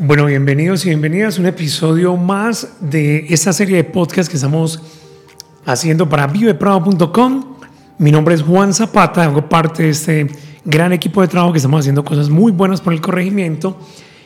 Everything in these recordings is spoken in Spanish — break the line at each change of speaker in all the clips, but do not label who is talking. Bueno, bienvenidos y bienvenidas a un episodio más de esta serie de podcast que estamos haciendo para viveprado.com. Mi nombre es Juan Zapata, hago parte de este gran equipo de trabajo que estamos haciendo cosas muy buenas por el corregimiento.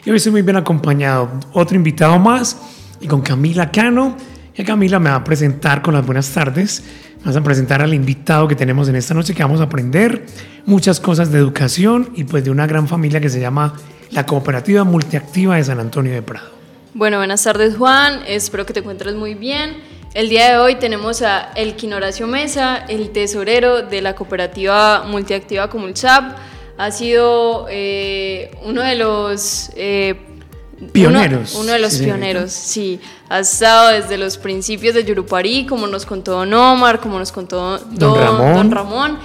Y hoy estoy muy bien acompañado. Otro invitado más y con Camila Cano. Y Camila me va a presentar con las buenas tardes. Vamos a presentar al invitado que tenemos en esta noche, que vamos a aprender muchas cosas de educación y pues de una gran familia que se llama la Cooperativa Multiactiva de San Antonio de Prado.
Bueno, buenas tardes Juan, espero que te encuentres muy bien. El día de hoy tenemos a Elkin Horacio Mesa, el tesorero de la Cooperativa Multiactiva Comulsap. Ha sido eh, uno de los... eh,
Pioneros.
Uno, uno de los
Sí,
pioneros, sí. Ha estado desde los principios de Yurupari, como nos contó Don Omar, como nos contó Don,
Ramón.
Don Ramón.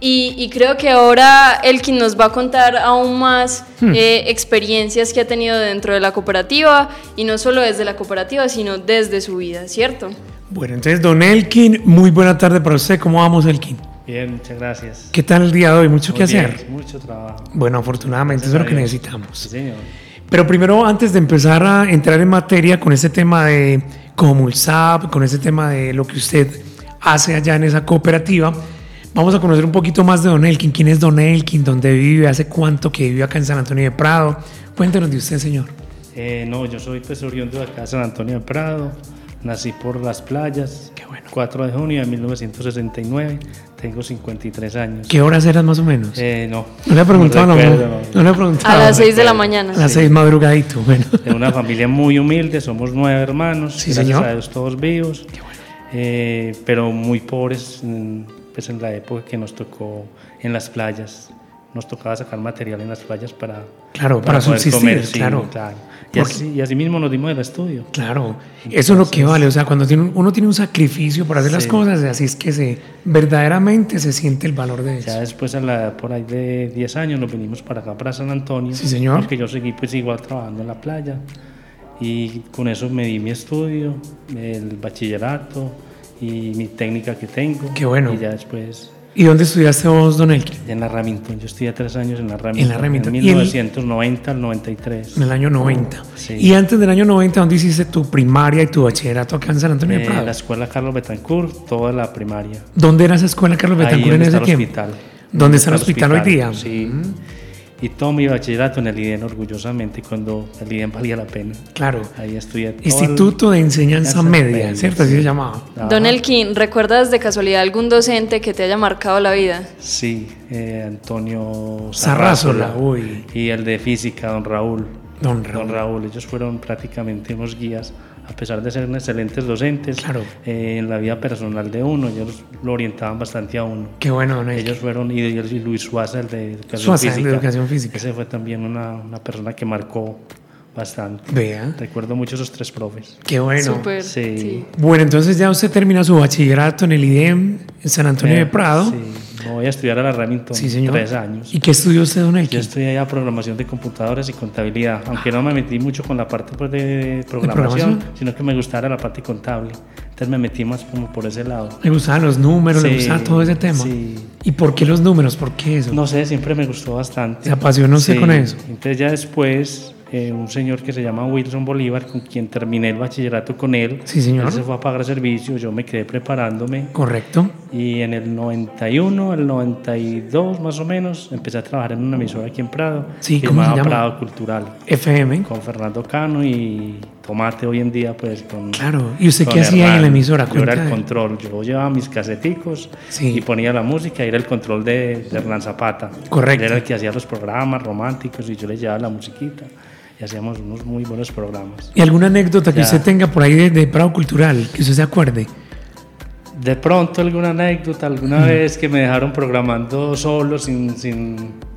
Y, y creo que ahora Elkin nos va a contar aún más
Hmm.
eh, experiencias que ha tenido dentro de la cooperativa, y no solo desde la cooperativa, sino desde su vida, ¿cierto?
Bueno, entonces, don Elkin, muy buena tarde para usted. ¿Cómo vamos, Elkin?
Bien, muchas gracias.
¿Qué tal el día de hoy? ¿Mucho que
Muy bien,
hacer?
Mucho trabajo.
Bueno, afortunadamente, eso es lo que
Gracias a Dios. Sí,
necesitamos.
señor.
Pero primero, antes de empezar a entrar en materia con ese tema de Comulsap, con ese tema de lo que usted hace allá en esa cooperativa, vamos a conocer un poquito más de Don Elkin. ¿Quién es Don Elkin? ¿Dónde vive? ¿Hace cuánto que vive acá en San Antonio de Prado? Cuéntenos de usted, señor.
Eh, no, yo soy pues oriundo de acá de San Antonio de Prado. Nací por las playas.
Qué bueno.
4 de junio de 1969. Tengo 53 años.
¿Qué horas eran más o menos?
Eh, no.
no le he preguntado, no,
recuerdo,
no,
no.
le he preguntado.
A las 6 de la
recuerdo.
mañana.
Ah, A las seis madrugadito, bueno.
De una familia muy humilde, somos nueve hermanos.
Sí,
gracias
señor.
a Dios todos vivos. Eh, pero muy pobres, mm, pues en la época que nos tocó en las playas. Nos tocaba sacar material en las playas para,
Claro, para
poder
subsistir,
sí,
claro.
Y,
Porque-
así, y así mismo nos dimos el estudio.
Claro, eso es lo que vale. O sea, cuando tiene un- uno tiene un sacrificio para hacer las
Sí.
cosas, así es que se verdaderamente se siente el valor de eso.
Ya después, a la edad por ahí de 10 años, nos venimos para acá, para San Antonio.
Sí, señor.
Porque yo seguí pues igual trabajando en la playa. Y con eso me di mi estudio, el bachillerato y mi técnica que tengo.
Qué bueno.
Y ya después,
¿Y dónde estudiaste vos, Don Elkin?
en la Remington. Yo estudié tres años en la Remington.
Remington. ¿Y el-
En 1990 al 93.
En el año 90.
Oh, Sí.
Y antes del año 90, ¿dónde hiciste tu primaria y tu bachillerato acá en San Antonio de
Eh,
Prado?
la escuela Carlos Betancourt, toda la primaria.
¿Dónde era esa escuela, Carlos Betancur,
Ahí
en
donde
ese
está el
tiempo?
hospital.
¿Dónde está el hospital hoy día? Mm.
Sí. Y todo mi bachillerato en el IDEN, orgullosamente, cuando el IDEN valía la pena.
Claro.
Ahí estudié. todo el-
Instituto de Enseñanza
Enseñanza
Media,
Media,
¿cierto? Así
sí.
se llamaba.
Ajá.
Don Elkin, ¿recuerdas de casualidad algún docente que te haya marcado la vida?
Sí, eh, Antonio
Sarrázola,
Sarrázola.
uy.
Y el de física, don Raúl.
Don
Don
Raúl.
Raúl, ellos fueron prácticamente unos guías, a pesar de ser excelentes docentes.
Claro.
eh, en la vida personal de uno, ellos lo orientaban bastante a uno.
Qué bueno, Don Elkin.
Ellos fueron, y, y Luis Suaza, el de educación
Suaza, el de
física.
educación física.
Ese fue también una, una persona que marcó bastante.
Vea,
Recuerdo mucho esos tres profes.
qué bueno.
Súper,
sí.
sí.
Bueno, entonces ya usted termina su bachillerato en el IDEM en San Antonio de
Eh,
Prado.
Sí, me voy a estudiar a la Remington.
Sí, señor.
Tres años.
¿Y qué estudió usted, Don Elkin?
Yo estudié ya programación de computadoras y contabilidad, aunque no me metí mucho con la parte pues, de programación,
programación?
sino que me gustara la parte contable. Entonces me metí más como por ese lado.
Le gustaban los números, le
Sí,
gustaba todo ese tema.
sí.
¿Y por qué los números? ¿Por qué eso?
No sé, siempre me gustó bastante.
Se apasionó usted con eso.
Entonces ya después, eh, un señor que se llama Wilson Bolívar, con quien terminé el bachillerato con él,
Sí, señor.
él se fue a pagar servicio, yo me quedé preparándome
Correcto.
y en el 91, el 92 más o menos, empecé a trabajar en una emisora aquí en Prado,
Sí,
que
¿cómo se
llamaba
llama?
Prado Cultural.
FM.
con Fernando Cano y Tomate hoy en día, pues con.
Claro. ¿Y usted
con
qué hacía ahí en la
Hernán.
emisora?
Yo era
Cuenta.
el control. Yo llevaba mis caseticos
Sí.
y ponía la música y era el control de, de Hernán Zapata.
Correcto.
Él era el que hacía los programas románticos y yo le llevaba la musiquita y hacíamos unos muy buenos programas.
¿Y alguna anécdota que
Ya.
usted tenga por ahí de, de Prado Cultural, que usted se acuerde?
De pronto, alguna anécdota, alguna vez que me dejaron programando solo sin. sin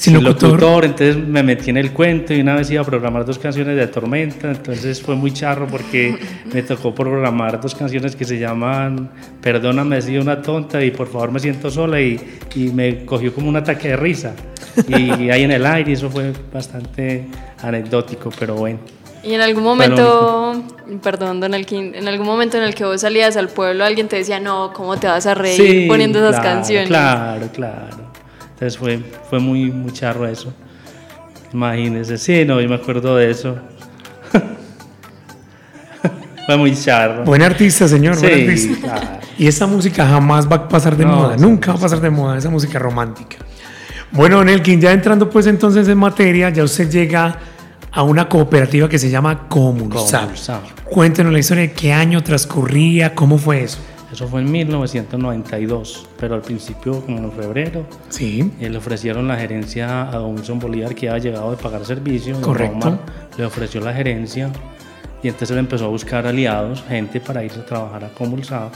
Sin
sin
locutor.
locutor, entonces me metí en el cuento y una vez iba a programar dos canciones de Tormenta, entonces fue muy charro porque me tocó programar dos canciones que se llaman Perdóname, he sido una tonta y por favor me siento sola y, y me cogió como un ataque de risa y ahí en el aire eso fue bastante anecdótico, pero bueno.
Y en algún momento, perdón, Don Elkin, en algún momento en el que vos salías al pueblo, alguien te decía, no, ¿cómo te vas a reír
Sí,
poniendo esas
claro,
canciones?
Claro, claro. Entonces fue, fue muy, muy charro eso. Imagínese, sí, no, yo me acuerdo de eso. Fue muy charro.
Buen artista, señor. buen
sí,
artista.
claro.
Y esa música jamás va a pasar de
No,
moda,
sí,
nunca va a pasar de moda, esa música romántica. Bueno, don Elkin, ya entrando pues entonces en materia, ya usted llega a una cooperativa que se llama Comunsa.
Comunsa.
Cuéntenos la historia de qué año transcurría, cómo fue eso.
Eso fue en 1992, pero al principio, como en febrero,
Sí,
eh, le ofrecieron la gerencia a don Wilson Bolívar, que había llegado de pagar servicios. don
Correcto.
Omar le ofreció la gerencia y entonces él empezó a buscar aliados, gente para irse a trabajar a Convulsado.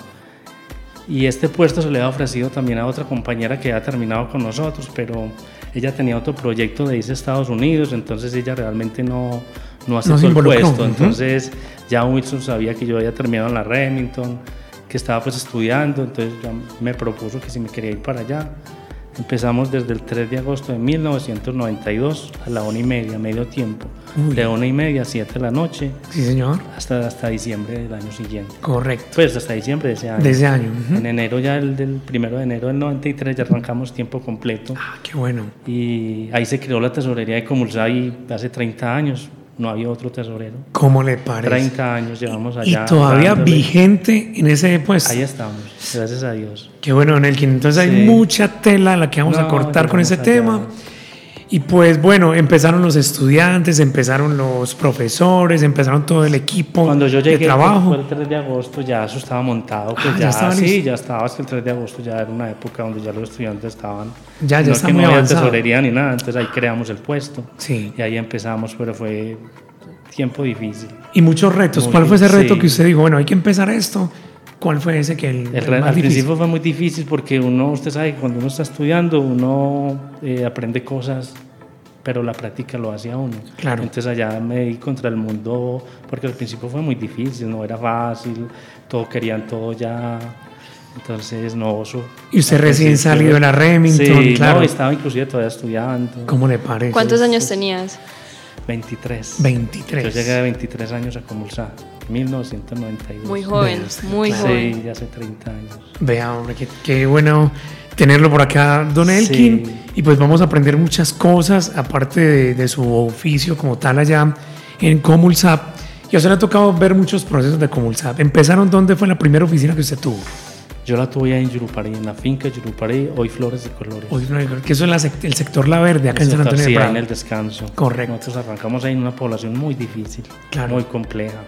Y este puesto se le había ofrecido también a otra compañera que había terminado con nosotros, pero ella tenía otro proyecto de irse a Estados Unidos, entonces ella realmente no, no aceptó el
involucró,
puesto.
ujú.
Entonces ya Wilson sabía que yo había terminado en la Remington, que estaba pues estudiando, entonces ya me propuso que si me quería ir para allá. Empezamos desde el 3 de agosto de 1992 a la una y media, medio tiempo.
Uy.
De una y media a 7 de la noche
sí, señor.
hasta, hasta diciembre del año siguiente.
Correcto.
Pues hasta diciembre de ese año.
De ese año. ujú.
En enero ya, el del primero de enero del 93, ya arrancamos tiempo completo.
Ah, qué bueno.
Y ahí se creó la tesorería de Comulsa y hace 30 años no había otro tesorero.
¿Cómo le parece?
30 años llevamos
Y
allá.
todavía
dándole.
vigente en ese puesto.
Ahí estamos, gracias a Dios.
Qué bueno, don Elkin. Entonces hay
Sí.
mucha tela la que vamos a
No,
cortar con
llegamos
ese
allá.
tema. Y pues bueno, empezaron los estudiantes, empezaron los profesores, empezaron todo el equipo
Cuando yo
Oh, de
llegué, fue
trabajo.
el 3 de agosto, ya eso estaba montado. Pues
Ah, ya
ya,
estaba
sí,
listo.
ya estaba. Es que el 3 de agosto ya era una época donde ya los estudiantes estaban.
Ya, ya
no es
está
que
muy
no había
avanzado.
tesorería ni nada, entonces ahí creamos el puesto.
Sí.
Y ahí empezamos, pero fue tiempo difícil.
Y muchos retos.
Muy
¿Cuál fue ese
bien,
reto
sí.
que usted dijo, bueno, hay que empezar esto? ¿Cuál fue ese que el,
El
el
re-
más
al
difícil?
principio fue muy difícil porque uno, usted sabe que cuando uno está estudiando, uno eh, aprende cosas, pero la práctica lo hace a uno.
Claro.
Entonces allá me di contra el mundo porque al principio fue muy difícil, no era fácil, todos querían todo ya. Entonces, no, eso.
Y usted
al
recién
principio-
salido de la Remington,
Sí,
claro.
no, estaba inclusive todavía estudiando.
¿Cómo le parece?
¿Cuántos años tenías?
23.
23.
Yo llegué de 23 años a Comulsá, 1992.
Muy joven,
Veas,
muy
claro.
joven.
Sí, ya hace 30 años.
Vea, hombre, qué, qué bueno tenerlo por acá, Don
Sí.
Elkin. Y pues vamos a aprender muchas cosas, aparte de, de su oficio como tal allá en Comulsap. Y a usted le ha tocado ver muchos procesos de Comulsap. ¿Empezaron dónde fue la primera oficina que usted tuvo?
Yo la tuve ahí en Yurupari, en la finca Yurupari, hoy Flores de Colores.
Hoy, no, que eso es la sec- el sector La Verde, acá en San Antonio de
Sí, ahí en
Prado.
el descanso.
Correcto.
Nosotros arrancamos ahí en una población muy difícil,
Claro.
muy compleja,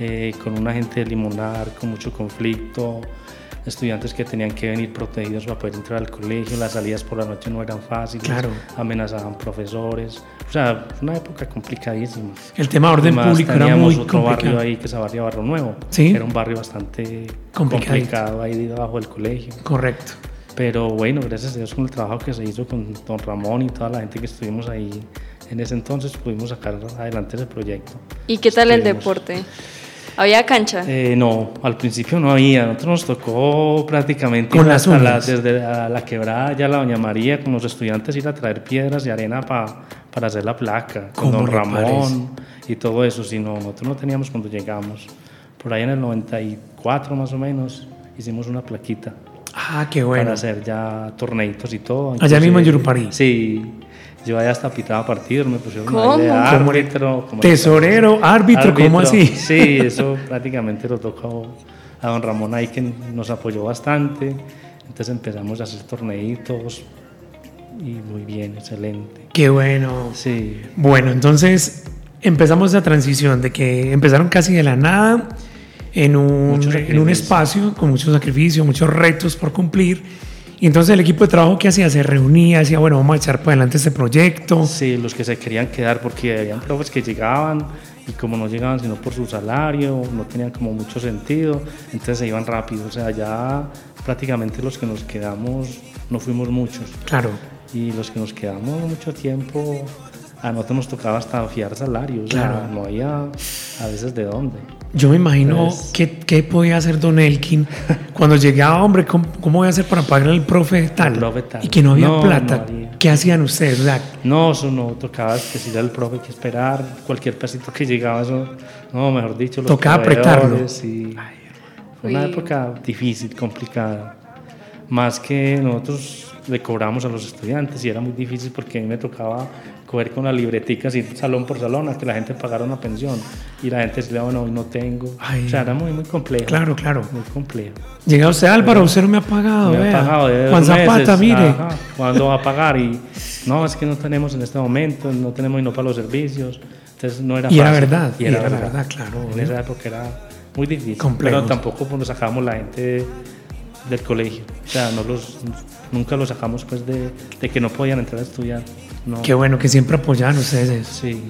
eh, con una gente de limonar, con mucho conflicto, estudiantes que tenían que venir protegidos para poder entrar al colegio, las salidas por la noche no eran fáciles,
Claro.
amenazaban profesores, o sea, una época complicadísima.
El tema de orden
Además,
público era muy
teníamos otro
complicado.
barrio ahí que es el barrio Barro Nuevo,
Sí.
que era un barrio bastante
Complicadito.
complicado ahí debajo del colegio.
Correcto.
Pero bueno, gracias a Dios con el trabajo que se hizo con don Ramón y toda la gente que estuvimos ahí en ese entonces, pudimos sacar adelante ese proyecto.
¿Y qué tal el
Estuvimos-
deporte? ¿Había cancha?
Eh, no, al principio no había, nosotros nos tocó prácticamente
Con
ir
las
hasta la-
uñas.
desde la, la quebrada, ya la Doña María, con los estudiantes ir a traer piedras y arena pa- para hacer la placa, con
¿Cómo
don
le
Ramón y todo eso, sino nosotros no teníamos cuando llegamos. Por ahí en el 94 más o menos hicimos una plaquita
Ah, qué
para
bueno.
hacer ya torneitos y todo.
Allá mismo en
Inclusive,
Yurupari.
Sí, yo allá hasta pitaba partidos, me pusieron
¿Cómo?
ahí de
Como
árbitro. como-
tesorero, árbitro, ¿cómo así?
Sí, eso prácticamente lo tocó a don Ramón ahí que nos apoyó bastante. Entonces empezamos a hacer torneitos y muy bien, excelente.
Qué bueno.
Sí,
Bueno, entonces empezamos la transición de que empezaron casi de la nada en un, en
Mucho
un
sacrificio.
espacio con mucho sacrificio, muchos retos por cumplir. Y entonces el equipo de trabajo que hacía se reunía, decía, bueno, vamos a echar para adelante este proyecto.
sí, los que se querían quedar porque habían profes que llegaban y como no llegaban sino por su salario, no tenían como mucho sentido, entonces se iban rápido, o sea, ya prácticamente los que nos quedamos no fuimos muchos
Claro,
y los que nos quedamos mucho tiempo a nosotros nos tocaba hasta fiar salarios, o sea,
Claro.
no había a veces de dónde.
yo me imagino
Pues-
qué, qué podía hacer Don Elkin cuando llegaba, hombre, ¿cómo, cómo voy a hacer para pagarle al profe tal?
profe tal.
Y que no había
No, no
plata.
había.
¿Qué hacían ustedes? O sea,
No, eso no, tocaba que si era el profe que esperar, cualquier pesito que llegaba, eso, no, mejor dicho, los
Tocaba apretarlo.
proveedores y- Fue una
Uy.
época difícil, complicada. Más que nosotros le cobramos a los estudiantes y era muy difícil porque a mí me tocaba coger con la libretica, así salón por salón, hasta que la gente pagara una pensión. Y la gente decía, bueno, hoy no tengo.
Ay.
O sea, era muy, muy complejo.
Claro, claro.
Muy complejo.
Llega usted, Álvaro, usted no me ha pagado.
Me ha
Ah, vea.
pagado de
Juan
dos
Zapata,
meses.
mire.
Ajá, ¿Cuándo va a pagar? Y no, es que no tenemos en este momento, no tenemos dinero para los servicios. Entonces no era
Y era
fácil.
verdad, y era la verdad, claro,
En
¿eh?
esa época era muy difícil.
Complejo.
Pero tampoco pues, nos sacábamos la gente del colegio. O sea, no los, nunca los sacamos pues de, de que no podían entrar a estudiar. No.
Qué bueno que siempre apoyaron ustedes eso.
Sí.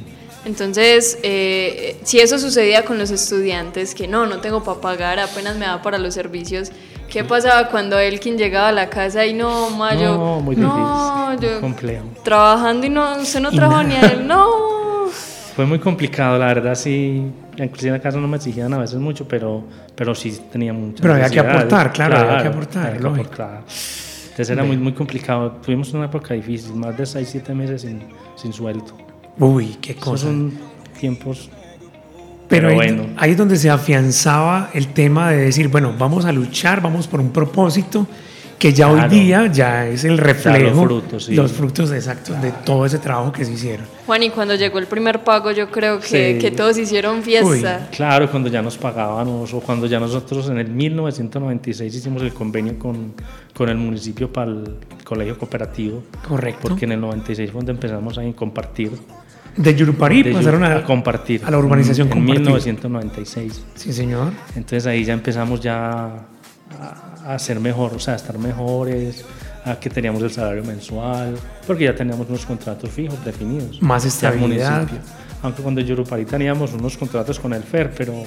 Entonces, eh, si eso sucedía con los estudiantes, que no, no tengo para pagar, apenas me da para los servicios,
Mm.
¿qué pasaba cuando Elkin llegaba a la casa y no, Mayo?
No, muy difícil.
Ah, No,
muy
yo
complejo.
trabajando y no, usted no
Y
trabaja ni a
nada.
él, no.
Fue muy complicado, la verdad, sí. Inclusive acaso no me exigían a veces mucho, pero, pero sí tenía mucho.
Pero había que aportar, claro, había que aportar, lógico.
Entonces era muy, muy complicado. Tuvimos una época difícil, más de 6, 7 meses sin, sin sueldo.
Uy, qué
Esos
cosa.
son tiempos...
Pero,
pero
ahí,
bueno.
ahí es donde se afianzaba el tema de decir, bueno, vamos a luchar, vamos por un propósito que ya hoy
Claro.
día ya es el reflejo,
frutos, sí.
los frutos exactos de todo ese trabajo que se hicieron.
Juan, y cuando llegó el primer pago, yo creo que,
Sí.
que todos hicieron fiesta.
Claro, cuando ya nos pagaban o cuando ya nosotros en el 1996 hicimos el convenio con, con el municipio para el colegio cooperativo.
Correcto.
Porque en el 96 fue donde empezamos a compartir.
de Yurupari
de
pasaron
Yuc-
a,
compartir
a la urbanización
en,
compartida.
1996
Sí, señor.
entonces ahí ya empezamos ya a, a ser mejor o sea a estar mejores a que teníamos el salario mensual porque ya teníamos unos contratos fijos definidos
Más
del
estabilidad.
municipio. aunque cuando Yurupari teníamos unos contratos con el FER pero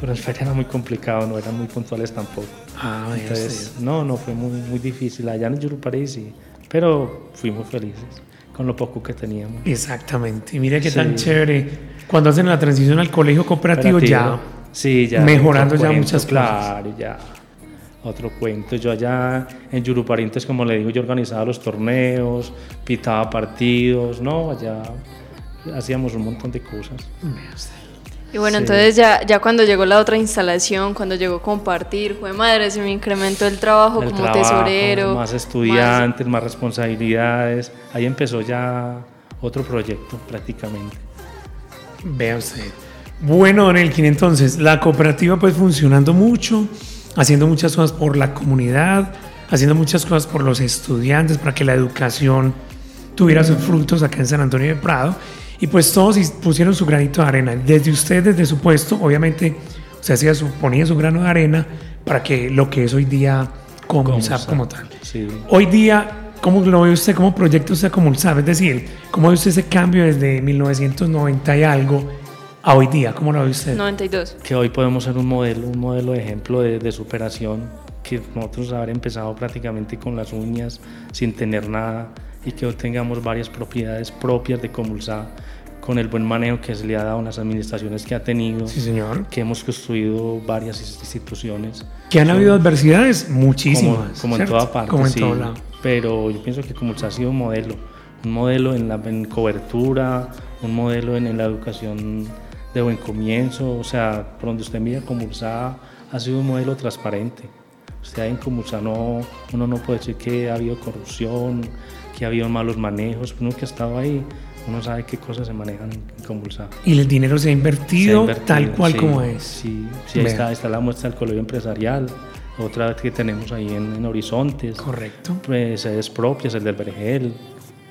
con el FER era muy complicado no eran muy puntuales tampoco
Ah, vea
entonces no no fue muy, muy difícil allá en Yurupari sí pero fuimos felices con lo poco que teníamos
usted. Exactamente. Y mira qué
Sí.
tan chévere. Cuando hacen la transición al colegio cooperativo, ya.
Sí, ya.
mejorando
otro
ya
cuento,
muchas cosas.
Claro, ya. Otro cuento. Yo allá en Yurupari, entonces, como le digo, yo organizaba los torneos, pitaba partidos, ¿no? Allá hacíamos un montón de cosas.
vea usted.
Y bueno,
Sí.
entonces ya, ya cuando llegó la otra instalación, cuando llegó compartir, fue madre, se me incrementó el trabajo
El
como
trabajo,
tesorero.
Más estudiantes, más responsabilidades. Ahí empezó ya otro proyecto prácticamente.
Vea usted. Bueno, don Elkin, entonces, la cooperativa pues funcionando mucho, haciendo muchas cosas por la comunidad, haciendo muchas cosas por los estudiantes, para que la educación tuviera sus frutos acá en San Antonio de Prado. Y pues todos is- pusieron su granito de arena. Desde usted, desde su puesto, obviamente, usted hacía su, ponía su grano de arena para que lo que es hoy día como
Comulsap.
como tal.
Sí.
Hoy día, ¿cómo lo ve usted? ¿Cómo proyecta usted como sabe? Es decir, ¿cómo ve usted ese cambio desde 1990 y algo a hoy día? ¿Cómo lo ve usted?
92.
que hoy podemos ser un modelo, un modelo de ejemplo de, de superación, que nosotros haber empezado prácticamente con las uñas, sin tener nada, y que hoy tengamos varias propiedades propias de Comulsa, con el buen manejo que se le ha dado a las administraciones que ha tenido,
Sí, señor.
que hemos construido varias instituciones,
Que han
Sí.
habido adversidades
como,
muchísimas.
como en
¿cierto?
toda parte,
Como en
sí.
todo lado.
pero yo pienso que Comulsa ha sido un modelo, un modelo en la en cobertura, un modelo en, en la educación de buen comienzo, o sea, por donde usted mira Comulsa ha sido un modelo transparente. Usted en Comulsa no, uno no puede decir que ha habido corrupción, que ha habido malos manejos, uno que ha estado ahí, uno sabe qué cosas se manejan en Comulsa.
Y el dinero se ha
Se ha
invertido,
invertido,
tal cual
sí,
como es.
Sí, sí, ahí
Vea.
está, está la muestra del colegio empresarial, otra vez que tenemos ahí en, en Horizontes
Correcto.
pues, sedes propias, el del Vergel.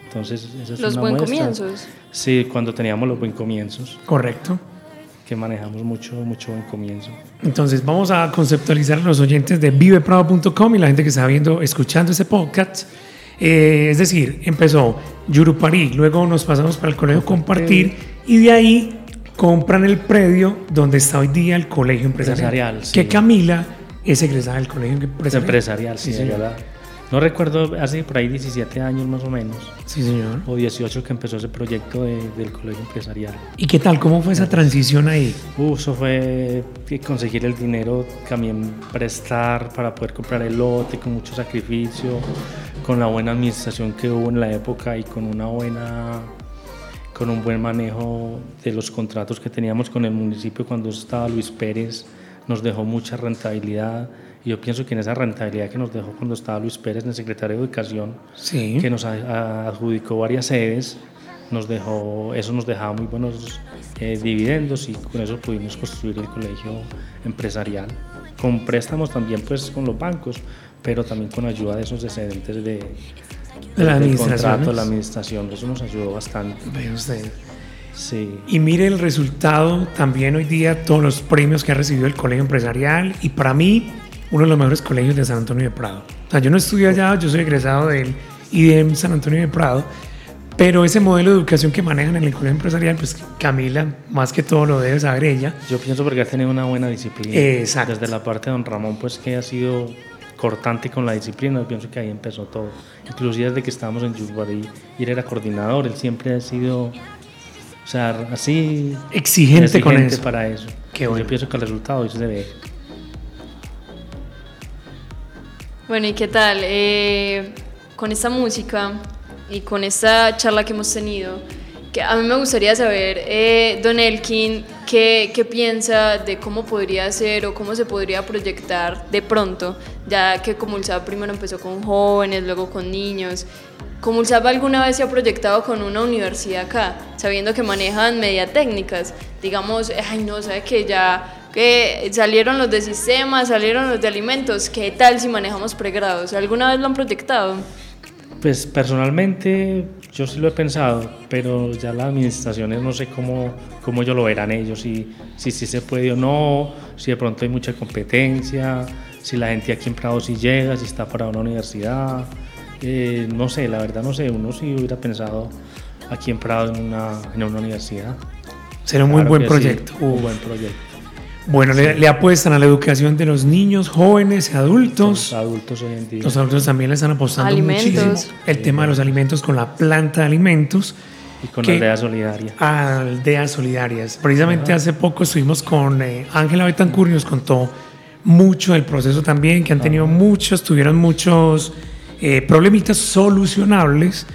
Entonces, esa es
Los
una
buen
muestra.
comienzos.
Sí, cuando teníamos los buen comienzos,
Correcto.
que manejamos mucho, mucho buen comienzo.
Entonces vamos a conceptualizar a los oyentes de viveprado.com y la gente que está viendo, escuchando ese podcast. Eh, es decir, empezó Yurupari, luego nos pasamos para el colegio Compartir y de ahí compran el predio donde está hoy día el colegio empresarial.
Empresarial, sí.
Que Camila es egresada del colegio empresarial.
Empresarial, sí,
sí, señor.
¿verdad? No recuerdo, hace por ahí 17 años más o menos,
Sí, señor.
o 18 que empezó ese proyecto de- del colegio empresarial.
¿Y qué tal? ¿Cómo fue esa transición ahí?
Uh, eso fue que conseguir el dinero, también prestar para poder comprar el lote con mucho sacrificio, con la buena administración que hubo en la época y con una buena con un buen manejo de los contratos que teníamos con el municipio cuando estaba Luis Pérez, nos dejó mucha rentabilidad y yo pienso que en esa rentabilidad que nos dejó cuando estaba Luis Pérez, en el secretario de Educación,
Sí.
que nos a- a- adjudicó varias sedes nos dejó, eso nos dejaba muy buenos eh, dividendos y con eso pudimos construir el colegio empresarial, con préstamos también pues con los bancos, pero también con ayuda de esos excedentes de,
De la
del
administración,
contrato,
¿no?
la administración, eso nos ayudó bastante.
Ve usted.
Sí.
Y mire el resultado también hoy día, todos los premios que ha recibido el Colegio Empresarial y para mí, uno de los mejores colegios de San Antonio de Prado. O sea, yo no estudié allá, yo soy egresado del IDEM San Antonio de Prado, pero ese modelo de educación que manejan en el Colegio Empresarial, pues Camila, más que todo lo debe saber ella.
Yo pienso porque ha tenido una buena disciplina.
Exacto.
Desde la parte de don Ramón, pues que ha sido cortante con la disciplina, yo pienso que ahí empezó todo. Inclusive desde que estábamos en Yusbarí, y él era coordinador, él siempre ha sido, o sea, así...
Exigente, con
exigente
eso.
para eso.
Qué
Y
bueno.
Yo pienso que el resultado hoy se ve.
Bueno, ¿y qué tal? Eh, con esta música y con esta charla que hemos tenido, que a mí me gustaría saber, eh, Don Elkin, ¿qué, qué piensa de cómo podría ser o cómo se podría proyectar de pronto, ya que Comulsab primero empezó con jóvenes, luego con niños? ¿Comulsab alguna vez se ha proyectado con una universidad acá, sabiendo que manejan media técnicas? Digamos, ay no, sabe que ya que salieron los de sistemas, salieron los de alimentos, ¿qué tal si manejamos pregrados? ¿Alguna vez lo han proyectado?
Pues personalmente yo sí lo he pensado, pero ya las administraciones no sé cómo, cómo ellos lo verán ellos, si si, sí se puede o no, si de pronto hay mucha competencia, si la gente aquí en Prado sí llega, si está para una universidad, eh, no sé, la verdad no sé, uno sí hubiera pensado aquí en Prado en una, en una universidad.
Será un muy
Claro
buen
que sí,
proyecto.
un buen proyecto.
Bueno, le, le apuestan a la educación de los niños, jóvenes y
Los
adultos.
adultos hoy en día.
Los adultos también le están apostando
Alimentos.
muchísimo. El tema de los alimentos con la planta de alimentos.
y con
que-
la idea solidaria.
Aldeas Solidarias. Precisamente hace poco estuvimos con eh, Ángela Betancourt y nos contó mucho del proceso también, que han tenido muchos, tuvieron muchos eh, problemitas solucionables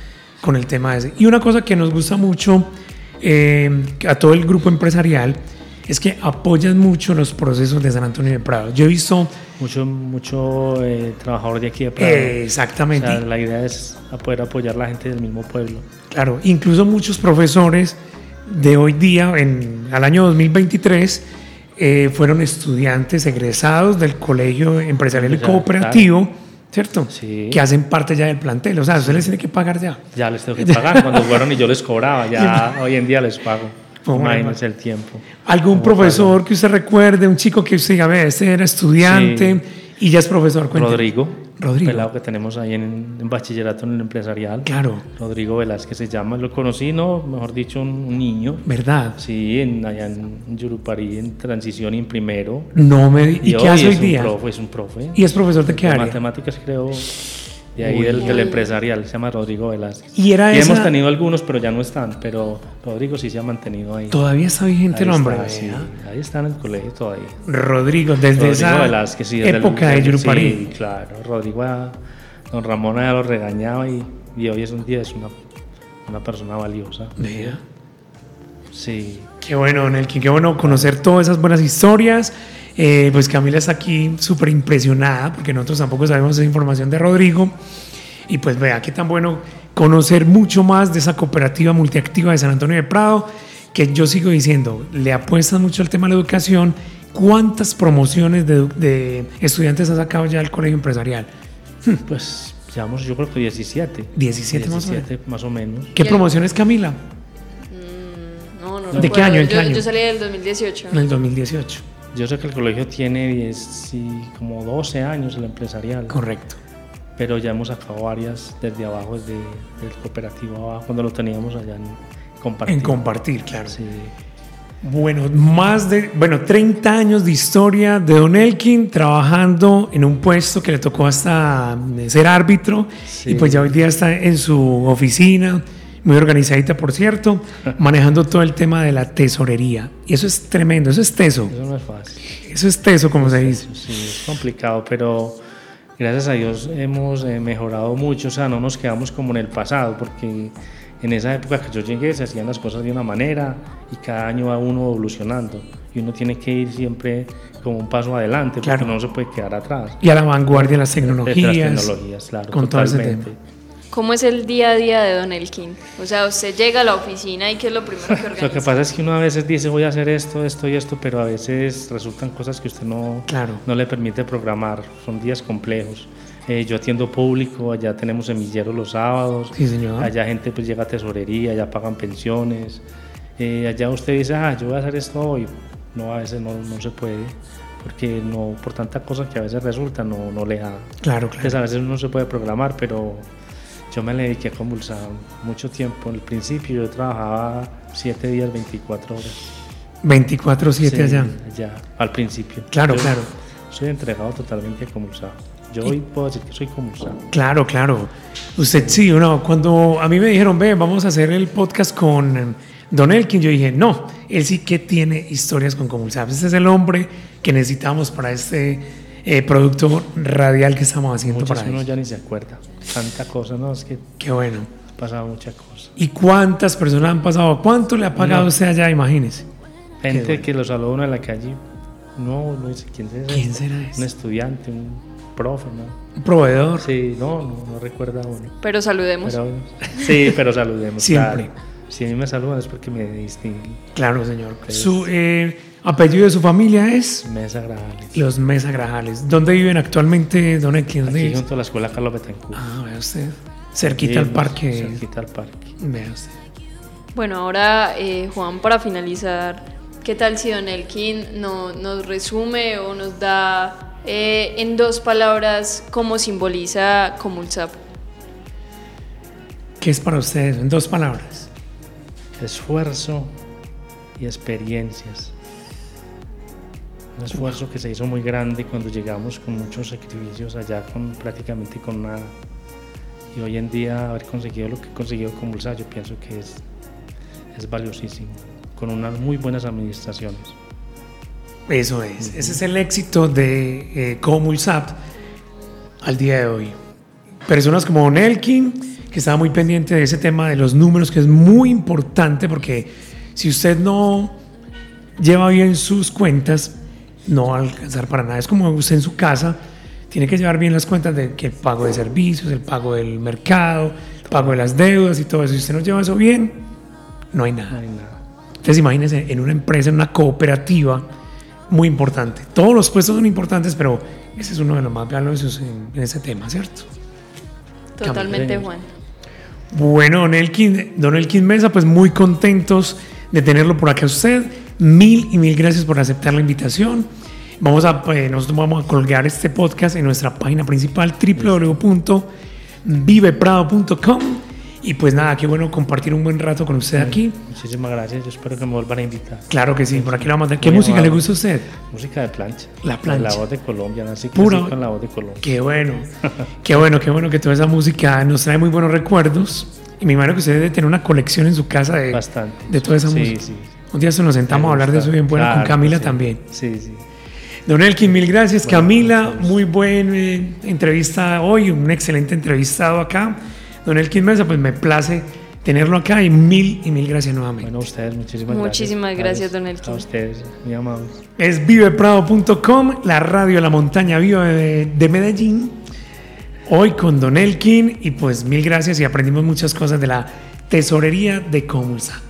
con el tema ese. Y una cosa que nos gusta mucho eh, a todo el grupo empresarial es que apoyan mucho los procesos de San Antonio de Prado. Yo he visto
Mucho, mucho eh, trabajador de aquí de Prado.
eh,
O
exactamente
sea, la idea es a poder apoyar a la gente del mismo pueblo.
Claro, incluso muchos profesores de hoy día, en, al año 2023, eh, fueron estudiantes egresados del Colegio Empresarial y
Empresarial,
Cooperativo, ¿cierto?
Sí.
Que hacen parte ya del plantel. O sea, usted les tiene que pagar ya.
Ya les tengo que pagar. Cuando fueron y yo les cobraba, ya hoy en día les pago.
Oh,
Imagínense el tiempo.
¿Algún
Como
profesor que usted recuerde, un chico que usted diga, ve, este era estudiante y ya es profesor? cuénteme.
Rodrigo,
Rodrigo.
pelado que tenemos ahí en, en bachillerato en el empresarial.
Claro,
Rodrigo Velázquez se llama. Lo conocí, no, mejor dicho, un, un niño.
¿verdad?
Sí, en, allá en Yurupari, en transición y en primero.
No me di- ¿Y, qué hace hoy
es
día?
Un profe, es un profe.
¿Y es profesor de qué
de
área?
matemáticas, creo. De ahí del, del empresarial, se llama Rodrigo Velázquez.
Y era esa-
hemos tenido algunos, pero ya no están. Pero Rodrigo sí se ha mantenido ahí.
Todavía está
Ahí
vigente el nombre.
está, sí,
vea.
ahí está en el colegio todavía.
Rodrigo, desde
Rodrigo
esa
Velázquez, sí, desde el-
época de
desde-
Yurupari.
Sí, claro. Rodrigo, a- don Ramón ya lo regañaba y, y hoy es un día, es una, una persona valiosa.
Vea.
Sí.
Qué bueno, Nelkin, qué bueno conocer todas esas buenas historias. Eh, pues Camila está aquí súper impresionada porque nosotros tampoco sabemos esa información de Rodrigo. Y pues vea qué tan bueno conocer mucho más de esa cooperativa multiactiva de San Antonio de Prado, que yo sigo diciendo, le apuestan mucho al tema de la educación. ¿Cuántas promociones de, de estudiantes ha sacado ya el colegio empresarial?
Pues llevamos, yo creo que 17.
17 Hmm. más o menos.
17 más o menos.
¿Qué
Ya.
promociones, Camila?
No, no
¿De qué año, en qué
Yo,
año?
yo salí del 2018.
En el 2018.
Yo sé que el colegio tiene 10 y como 12 años, el empresarial.
Correcto.
pero ya hemos sacado varias desde abajo, desde el cooperativo abajo, cuando lo teníamos allá en compartir.
En compartir, claro.
Sí.
Bueno, más de, bueno, 30 años de historia de Don Elkin trabajando en un puesto que le tocó hasta eh, ser árbitro
Sí.
y pues ya hoy día está en su oficina, muy organizadita por cierto, manejando todo el tema de la tesorería. Y eso es tremendo, eso es teso,
Eso no es fácil,
eso es teso como se dice.
sí, es complicado, pero gracias a Dios hemos eh, mejorado mucho, o sea, no nos quedamos como en el pasado, porque en esa época que yo llegué se hacían las cosas de una manera y cada año va uno evolucionando y uno tiene que ir siempre como un paso adelante, porque
Claro.
no se puede quedar atrás.
Y a la vanguardia de las
de las
tecnologías.
tecnologías, claro,
con todo ese
totalmente.
¿Cómo es el día a día de Don Elkin? O sea, usted llega a la oficina y ¿qué es lo primero que organiza?
Lo que pasa es que uno a veces dice voy a hacer esto, esto y esto, pero a veces resultan cosas que usted no,
Claro.
no le permite programar. Son días complejos. Eh, yo atiendo público, allá tenemos semilleros los sábados.
Sí, señor.
Allá gente pues llega a tesorería, allá pagan pensiones. Eh, allá usted dice, ah, yo voy a hacer esto hoy. No, a veces no, no se puede, porque no, por tanta cosa que a veces resulta, no, no le da.
Claro,
Entonces
claro.
a veces uno se puede programar, pero yo me le dediqué a convulsar mucho tiempo. Al principio yo trabajaba 7 días, 24 horas.
24-7
Sí,
allá.
al principio.
Claro,
Yo
claro.
Soy entregado totalmente a convulsar. Yo hoy puedo decir que soy convulsado.
Claro, claro. Usted sí, no. Cuando a mí me dijeron, ve, vamos a hacer el podcast con eh, Don Elkin, yo dije, no, él sí que tiene historias con Comulsap. Este es el hombre que necesitamos para este eh, producto radial que estamos haciendo
Muchas
para
uno
él.
ya ni se acuerda. Tanta cosa, ¿no? Es que
Qué bueno.
ha pasado mucha cosa.
¿Y cuántas personas han pasado? ¿Cuánto le ha pagado
No.
usted allá? Imagínese.
Gente
bueno.
que los saluda uno en la calle. No, no dice quién es. este?"
¿Quién será este?
Un
ese?
estudiante, un profe, ¿no?
Un proveedor.
Sí, no, no, no recuerda a uno.
Pero saludemos.
Pero- sí, pero saludemos.
Siempre.
claro. Si a mí me saludan es porque me distinguen.
Claro, señor. Su eh, apellido de su familia es
Me es agradable.
Los Mesa Grajales. ¿Dónde viven actualmente, Don Elkin? ¿Dónde
Aquí
vive?
junto a la escuela Carlos Betancourt.
Ah, vea usted. Cerquita al
Sí,
parque.
Cerquita al parque.
Vea usted.
Bueno, ahora eh, Juan, para finalizar, ¿qué tal si Don Elkin no- nos resume o nos da eh, en dos palabras cómo simboliza Comulsap?
¿Qué es para ustedes? En dos palabras.
Esfuerzo y experiencias. Un esfuerzo que se hizo muy grande cuando llegamos con muchos sacrificios allá, con prácticamente con nada. Y hoy en día haber conseguido lo que he conseguido con Bulsa, yo pienso que es, es valiosísimo, con unas muy buenas administraciones.
Eso es. Ese es el éxito de eh, Comulsat al día de hoy. Personas como Don Elkin, que estaba muy pendiente de ese tema de los números, que es muy importante porque si usted no lleva bien sus cuentas, no va a alcanzar para nada. Es como usted en su casa tiene que llevar bien las cuentas de que el pago de servicios, el pago del mercado, el pago de las deudas y todo eso. Si usted no lleva eso bien, no hay nada.
No hay nada.
Entonces imagínense en una empresa, en una cooperativa muy importante. Todos los puestos son importantes, pero ese es uno de los más valiosos en, en ese tema, ¿cierto?
Totalmente,
Camilo.
Juan.
Bueno, don Elkin, don Elkin Mesa, pues muy contentos de tenerlo por acá a usted. Mil y mil gracias por aceptar la invitación. Vamos a, pues, nosotros vamos a colgar este podcast en nuestra página principal www.viveprado.com y pues nada, qué bueno compartir un buen rato con usted aquí.
Muchísimas gracias, yo espero que me vuelvan a invitar.
Claro que sí, por aquí lo vamos a tener. ¿Qué
Muy
música le
amable.
gusta a usted?
Música de plancha.
La plancha.
La voz de Colombia, Nancy
Pura-
Pura. con la voz de Colombia.
Qué bueno, qué bueno, qué bueno que toda esa música nos trae muy buenos recuerdos. Y me imagino que usted debe tener una colección en su casa de,
Bastante.
de toda esa
Sí,
música.
sí.
Un día se nos sentamos a
Me
hablar de
gusta.
eso bien bueno con
Claro,
Camila
sí.
también.
Sí, sí.
Don Elkin, mil gracias.
Bueno,
Camila,
muchas gracias.
muy buena entrevista hoy, un excelente entrevistado acá. Don Elkin Mesa, pues me place tenerlo acá y mil y mil gracias nuevamente.
Bueno, a ustedes, muchísimas gracias.
Muchísimas gracias, don
A
Elkin.
ustedes, muy amables.
Es viveprado.com, la radio de la montaña viva de, de Medellín. Hoy con Don Elkin y pues mil gracias y aprendimos muchas cosas de la tesorería de Comulsa.